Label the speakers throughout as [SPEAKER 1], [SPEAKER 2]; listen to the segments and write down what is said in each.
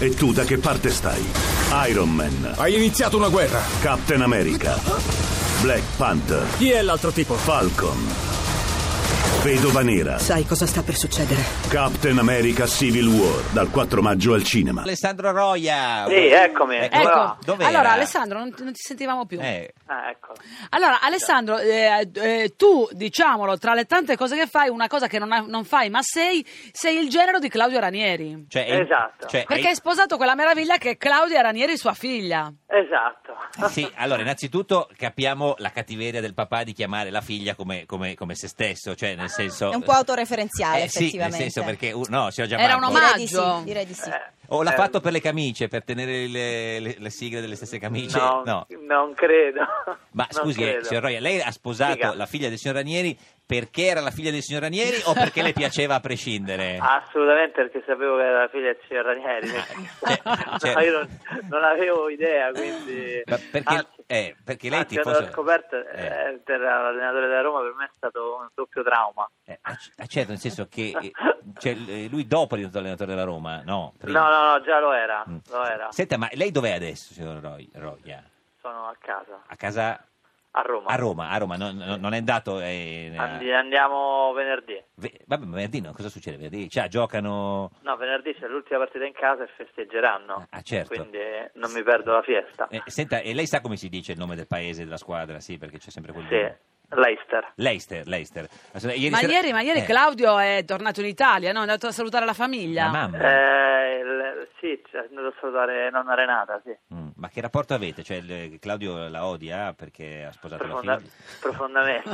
[SPEAKER 1] E tu da che parte stai? Iron Man,
[SPEAKER 2] Hai iniziato una guerra.
[SPEAKER 1] Captain America, Black Panther,
[SPEAKER 3] Chi è l'altro tipo?
[SPEAKER 1] Falcon, Vedova Nera,
[SPEAKER 4] Sai cosa sta per succedere?
[SPEAKER 1] Captain America Civil War, dal 4 maggio al cinema.
[SPEAKER 5] Alessandro Roia.
[SPEAKER 6] Sì, eccomi.
[SPEAKER 5] Ecco.
[SPEAKER 6] Come
[SPEAKER 5] Dov'era?
[SPEAKER 6] va?
[SPEAKER 4] Ecco,
[SPEAKER 5] Dov'era?
[SPEAKER 4] allora Alessandro non, non ti sentivamo più.
[SPEAKER 5] Eh,
[SPEAKER 6] Ah, ecco.
[SPEAKER 4] Allora Alessandro, eh, eh, tu diciamolo, tra le tante cose che fai, una cosa che non, ha- non fai ma sei, sei il genero di Claudio Ranieri.
[SPEAKER 5] cioè, è-
[SPEAKER 6] Esatto.
[SPEAKER 5] cioè,
[SPEAKER 4] Perché hai sposato quella meraviglia che è Claudia Ranieri sua figlia.
[SPEAKER 6] Esatto.
[SPEAKER 5] è- sì, allora, innanzitutto capiamo la cattiveria del papà di chiamare la figlia come, come- come se stesso, cioè nel senso...
[SPEAKER 7] È un po' autoreferenziale,
[SPEAKER 5] Eh, sì, nel
[SPEAKER 7] effettivamente.
[SPEAKER 5] senso perché... uh, no, signor
[SPEAKER 4] Era
[SPEAKER 5] Giammanco,
[SPEAKER 4] un
[SPEAKER 7] Direi
[SPEAKER 4] omaggio.
[SPEAKER 7] di sì, direi di sì.
[SPEAKER 6] Eh,
[SPEAKER 5] O Oh, l'ha
[SPEAKER 6] eh,
[SPEAKER 5] fatto per le camicie, per tenere le, le- le sigle delle stesse camicie?
[SPEAKER 6] No, non credo.
[SPEAKER 5] Ma
[SPEAKER 6] Non
[SPEAKER 5] scusi, eh,
[SPEAKER 6] credo.
[SPEAKER 5] signor Roia, lei ha sposato
[SPEAKER 6] Dica.
[SPEAKER 5] la figlia del signor Ranieri perché era la figlia del signor Ranieri o perché le piaceva a prescindere?
[SPEAKER 6] Ah. Assolutamente perché sapevo che era la figlia di signor Ranieri.
[SPEAKER 5] cioè, cioè-
[SPEAKER 6] No, io non, non avevo idea, quindi...
[SPEAKER 5] Ma perché-
[SPEAKER 6] anzi,
[SPEAKER 5] eh, perché lei
[SPEAKER 6] anzi,
[SPEAKER 5] tifoso-
[SPEAKER 6] quando l'ho scoperto
[SPEAKER 5] eh.
[SPEAKER 6] eh, per l'allenatore della Roma per me è stato un doppio trauma.
[SPEAKER 5] Eh, ah, certo, nel senso che eh, cioè, eh, lui dopo è diventato allenatore della Roma, no? prima.
[SPEAKER 6] No, no, no, già lo era,
[SPEAKER 5] Mm.
[SPEAKER 6] lo era.
[SPEAKER 5] Senta, ma lei dov'è adesso, signor Roy- Roia?
[SPEAKER 6] Sono a casa,
[SPEAKER 5] A casa
[SPEAKER 6] a Roma.
[SPEAKER 5] a Roma, a Roma, no- no- non è andato... eh, a-
[SPEAKER 6] Andi- Andiamo venerdì.
[SPEAKER 5] Ve- Vabbè, ma venerdì no, cosa succede? Venerdì? Cioè, giocano...
[SPEAKER 6] No, venerdì c'è l'ultima partita in casa e festeggeranno.
[SPEAKER 5] Ah, certo.
[SPEAKER 6] Quindi eh, non mi perdo la fiesta.
[SPEAKER 5] Eh, senta, e lei sa come si dice il nome del paese, della squadra? Sì, perché c'è sempre quel...
[SPEAKER 6] Sì, Leicester.
[SPEAKER 5] Leicester, Leicester. Allora,
[SPEAKER 4] ma,
[SPEAKER 5] sera-
[SPEAKER 4] ieri, ma ieri
[SPEAKER 5] eh,
[SPEAKER 4] Claudio è tornato in Italia, no? è andato a salutare la famiglia.
[SPEAKER 5] La mamma?
[SPEAKER 6] Eh, il- sì, cioè, andato a salutare nonna Renata, sì.
[SPEAKER 5] Mm, ma che rapporto avete? Cioè, il- Claudio la odia perché ha sposato la
[SPEAKER 6] Profonda-
[SPEAKER 5] figlia?
[SPEAKER 6] profondamente.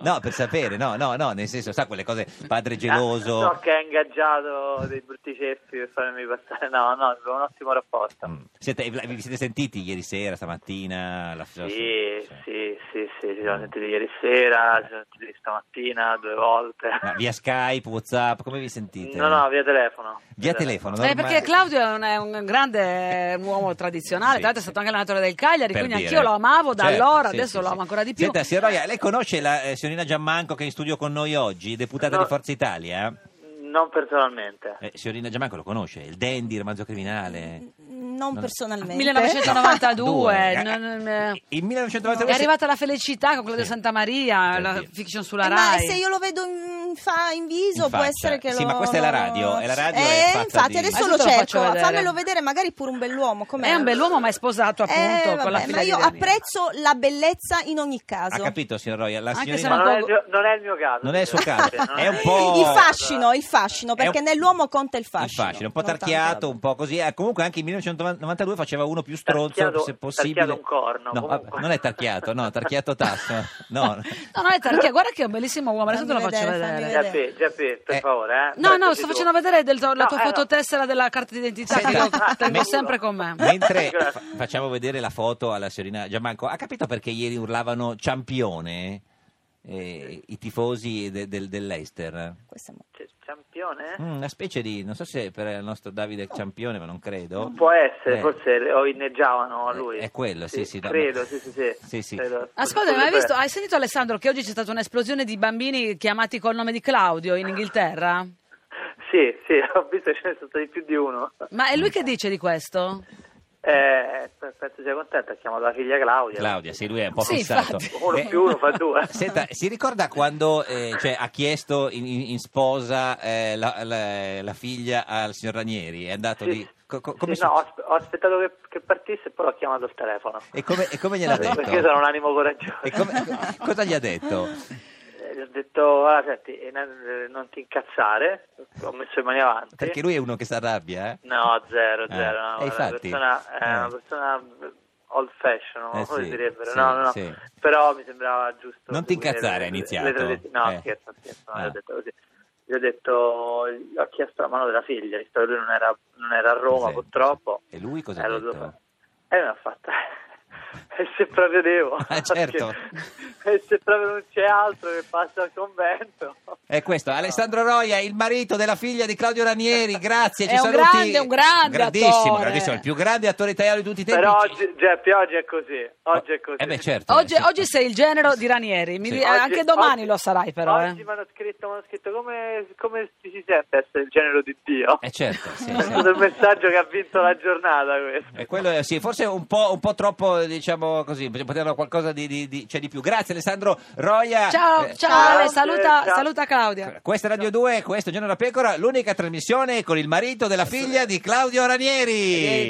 [SPEAKER 5] No, per sapere, no, no, no, nel senso, sa quelle cose, padre
[SPEAKER 6] Ah, So
[SPEAKER 5] geloso.
[SPEAKER 6] che ha ingaggiato dei brutti ceppi per farmi passare. No, no, abbiamo un ottimo rapporto.
[SPEAKER 5] Mm. Siete, vi siete sentiti ieri sera, stamattina? La, la-
[SPEAKER 6] Sì,
[SPEAKER 5] cioè,
[SPEAKER 6] sì, sì, sì, ci siamo sentiti ieri sera, ci siamo sentiti stamattina due volte.
[SPEAKER 5] cioè, ma via Skype, Whatsapp, come vi sentite?
[SPEAKER 6] No, no, via telefono.
[SPEAKER 5] Via telefono.
[SPEAKER 4] Eh,
[SPEAKER 5] norma-
[SPEAKER 4] perché Claudio è un, è un grande eh, uomo tradizionale,
[SPEAKER 5] Sì,
[SPEAKER 4] tra l'altro
[SPEAKER 5] sì.
[SPEAKER 4] è stato anche allenatore del Cagliari,
[SPEAKER 5] per
[SPEAKER 4] quindi
[SPEAKER 5] dire.
[SPEAKER 4] anch'io lo amavo da
[SPEAKER 5] Certo,
[SPEAKER 4] allora,
[SPEAKER 5] sì,
[SPEAKER 4] adesso
[SPEAKER 5] sì,
[SPEAKER 4] lo
[SPEAKER 5] sì.
[SPEAKER 4] amo ancora di più.
[SPEAKER 5] Senta, signora Roia, lei conosce la eh, signorina Giammanco che è in studio con noi oggi, deputata
[SPEAKER 6] No.
[SPEAKER 5] di Forza Italia?
[SPEAKER 6] Non personalmente.
[SPEAKER 5] Eh, signorina Giammanco lo conosce, il dandy, il romanzo criminale.
[SPEAKER 7] Non
[SPEAKER 5] No.
[SPEAKER 7] personalmente.
[SPEAKER 4] 1992,
[SPEAKER 5] Due.
[SPEAKER 4] non- non- eh.
[SPEAKER 5] Il
[SPEAKER 4] è
[SPEAKER 5] 1992
[SPEAKER 4] arrivata la felicità con Claudio
[SPEAKER 5] Sì.
[SPEAKER 4] Santamaria, la
[SPEAKER 5] Oddio.
[SPEAKER 4] fiction sulla
[SPEAKER 7] Eh, Ma
[SPEAKER 4] Rai.
[SPEAKER 7] se io lo vedo in, fa- in viso,
[SPEAKER 5] In
[SPEAKER 7] può
[SPEAKER 5] faccia.
[SPEAKER 7] essere che
[SPEAKER 5] Sì,
[SPEAKER 7] lo.
[SPEAKER 5] ma questa è la radio, e la radio è
[SPEAKER 7] Eh,
[SPEAKER 5] fatta
[SPEAKER 7] infatti,
[SPEAKER 5] di-
[SPEAKER 7] adesso
[SPEAKER 4] Adesso
[SPEAKER 7] lo
[SPEAKER 4] te lo
[SPEAKER 7] cerco.
[SPEAKER 4] faccio vedere. Eh,
[SPEAKER 7] Fammelo vedere, magari pure un bell'uomo. com'è?
[SPEAKER 4] È un bell'uomo ma è sposato
[SPEAKER 7] Eh,
[SPEAKER 4] appunto con la
[SPEAKER 7] vabbè,
[SPEAKER 4] figlia
[SPEAKER 7] ma
[SPEAKER 4] di
[SPEAKER 7] io
[SPEAKER 4] Daniele.
[SPEAKER 7] apprezzo la bellezza in ogni
[SPEAKER 5] Ha
[SPEAKER 7] caso.
[SPEAKER 5] capito, signor Roia, la
[SPEAKER 4] Anche se
[SPEAKER 5] signorina
[SPEAKER 6] Ma
[SPEAKER 4] non
[SPEAKER 6] non è, il mio- non è il mio caso.
[SPEAKER 5] Non è il suo caso,
[SPEAKER 6] sinceramente, non
[SPEAKER 5] è un po'-
[SPEAKER 7] Il fascino, il
[SPEAKER 5] È
[SPEAKER 7] fascino,
[SPEAKER 5] un-
[SPEAKER 7] perché nell'uomo conta il fascino.
[SPEAKER 5] un po'
[SPEAKER 7] non tanto
[SPEAKER 5] tarchiato,
[SPEAKER 7] la-
[SPEAKER 5] un po' così. Eh, comunque anche il 1992 faceva uno più stronzo,
[SPEAKER 6] Tarchiato-
[SPEAKER 5] se possibile.
[SPEAKER 6] tarchiato un corno,
[SPEAKER 5] No,
[SPEAKER 6] comunque.
[SPEAKER 5] vabbè, non è tarchiato, no, tarchiato tasso. No.
[SPEAKER 4] No, no, è perché guarda che è un bellissimo uomo, adesso te lo
[SPEAKER 7] Fammi
[SPEAKER 4] faccio
[SPEAKER 7] vedere,
[SPEAKER 4] vedere.
[SPEAKER 7] fammi vedere.
[SPEAKER 6] Giappè, Giappè, per
[SPEAKER 5] Eh.
[SPEAKER 6] favore. Eh.
[SPEAKER 4] No, no,
[SPEAKER 6] Eccoci
[SPEAKER 4] sto
[SPEAKER 6] tu.
[SPEAKER 4] facendo vedere del- la
[SPEAKER 6] No,
[SPEAKER 4] tua
[SPEAKER 6] eh, no.
[SPEAKER 4] fototessera della carta d'identità che
[SPEAKER 5] Senta,
[SPEAKER 4] io
[SPEAKER 6] ah,
[SPEAKER 4] tengo
[SPEAKER 5] me-
[SPEAKER 4] sempre con me.
[SPEAKER 5] Mentre
[SPEAKER 6] Grazie.
[SPEAKER 5] fa- facciamo vedere la foto alla signorina Giammanco, ha capito perché ieri urlavano Ciampione eh, i tifosi de- del-
[SPEAKER 6] Eh?
[SPEAKER 5] dell'Ester?
[SPEAKER 7] Questo è mo-
[SPEAKER 6] C- Campione?
[SPEAKER 5] Mm, una specie di, non so se per il nostro Davide Ciampione, ma non credo.
[SPEAKER 6] Può essere,
[SPEAKER 5] Eh.
[SPEAKER 6] forse lo inneggiavano a lui.
[SPEAKER 5] Eh, È quello, sì, sì. no, ma-
[SPEAKER 6] credo, sì, sì, sì.
[SPEAKER 5] Sì, sì.
[SPEAKER 6] Credo.
[SPEAKER 4] Ascolta, ma hai
[SPEAKER 6] Potrebbe-
[SPEAKER 4] visto, hai sentito Alessandro che oggi c'è stata un'esplosione di bambini chiamati col nome di Claudio in Inghilterra?
[SPEAKER 6] Sì, sì, ho visto che ce ne sono stati più di uno.
[SPEAKER 4] Ma è lui che dice di questo?
[SPEAKER 6] Eh, pe- penso sia contenta, ha chiamato la figlia Claudia.
[SPEAKER 5] Claudia, sì, lui è un po'
[SPEAKER 4] Sì,
[SPEAKER 5] fissato.
[SPEAKER 4] infatti.
[SPEAKER 6] Uno
[SPEAKER 5] Eh,
[SPEAKER 6] più uno fa due.
[SPEAKER 5] Senta, si ricorda quando eh, cioè, ha chiesto in, in- in sposa eh, la, la- la figlia al signor Ranieri? È andato
[SPEAKER 6] Sì,
[SPEAKER 5] lì? Co- co-
[SPEAKER 6] sì,
[SPEAKER 5] come
[SPEAKER 6] no, ho,
[SPEAKER 5] si-
[SPEAKER 6] asp- ho aspettato che, che partisse e poi l'ho chiamato al telefono.
[SPEAKER 5] e, come, e come gliel'ha detto?
[SPEAKER 6] Perché sono un animo coraggioso.
[SPEAKER 5] E come- cosa gli ha detto?
[SPEAKER 6] Eh, Gli ho detto, guarda, senti, eh, n- eh, non ti incazzare, ho messo le mani avanti.
[SPEAKER 5] Perché lui è uno che si arrabbia, eh?
[SPEAKER 6] No, zero,
[SPEAKER 5] Ah,
[SPEAKER 6] zero. no,
[SPEAKER 5] e
[SPEAKER 6] guarda, una
[SPEAKER 5] infatti?
[SPEAKER 6] persona, è
[SPEAKER 5] Eh.
[SPEAKER 6] una persona old fashion,
[SPEAKER 5] Eh
[SPEAKER 6] come
[SPEAKER 5] sì,
[SPEAKER 6] direbbero.
[SPEAKER 5] sì,
[SPEAKER 6] no, no, no.
[SPEAKER 5] sì.
[SPEAKER 6] Però mi sembrava giusto.
[SPEAKER 5] Non ti
[SPEAKER 6] seguire
[SPEAKER 5] incazzare, ha iniziato.
[SPEAKER 6] tradiz- no,
[SPEAKER 5] Eh.
[SPEAKER 6] scherzo, scherzo, non
[SPEAKER 5] Ah.
[SPEAKER 6] gli ho detto così. Gli ho detto, gli ho chiesto la mano della figlia, visto che lui non era, non era a Roma
[SPEAKER 5] Sì.
[SPEAKER 6] purtroppo.
[SPEAKER 5] E lui cosa
[SPEAKER 6] Eh,
[SPEAKER 5] ha
[SPEAKER 6] lo
[SPEAKER 5] detto?
[SPEAKER 6] devo fare. E mi ha fatto. E se proprio devo.
[SPEAKER 5] Ah, certo.
[SPEAKER 6] Perché- e se proprio non c'è altro che passa al convento.
[SPEAKER 5] È questo, Alessandro Roia, il marito della figlia di Claudio Ranieri, grazie, ci
[SPEAKER 4] È un
[SPEAKER 5] saluti.
[SPEAKER 4] grande, un grande
[SPEAKER 5] grandissimo,
[SPEAKER 4] attore.
[SPEAKER 5] grandissimo, il più grande attore italiano di tutti i tempi.
[SPEAKER 6] Però oggi, Geppi, oggi è così. Oggi è così.
[SPEAKER 5] Eh beh, certo.
[SPEAKER 4] Oggi,
[SPEAKER 5] eh, sì.
[SPEAKER 4] oggi sei il genero di Ranieri, mi
[SPEAKER 5] Sì.
[SPEAKER 4] di- eh,
[SPEAKER 6] Oggi-
[SPEAKER 4] anche domani
[SPEAKER 6] oggi-
[SPEAKER 4] lo sarai però. eh.
[SPEAKER 6] Oggi mi hanno scritto, mi hanno scritto come, come ci si sente essere il genero di Dio.
[SPEAKER 5] Eh, certo, sì,
[SPEAKER 6] È
[SPEAKER 5] sì.
[SPEAKER 6] stato il messaggio che ha vinto la giornata questo.
[SPEAKER 5] E quello è- sì, forse un po', un po' troppo, diciamo così, potevano qualcosa di, di, di- c'è di più. Grazie Alessandro Roia.
[SPEAKER 4] Ciao,
[SPEAKER 5] Eh,
[SPEAKER 4] ciao Ale,
[SPEAKER 6] ciao,
[SPEAKER 4] saluta,
[SPEAKER 6] ciao.
[SPEAKER 4] saluta Claudia.
[SPEAKER 5] Questa è Radio 2, questo è Giorno da Pecora, l'unica trasmissione con il marito della figlia di Claudio Ranieri.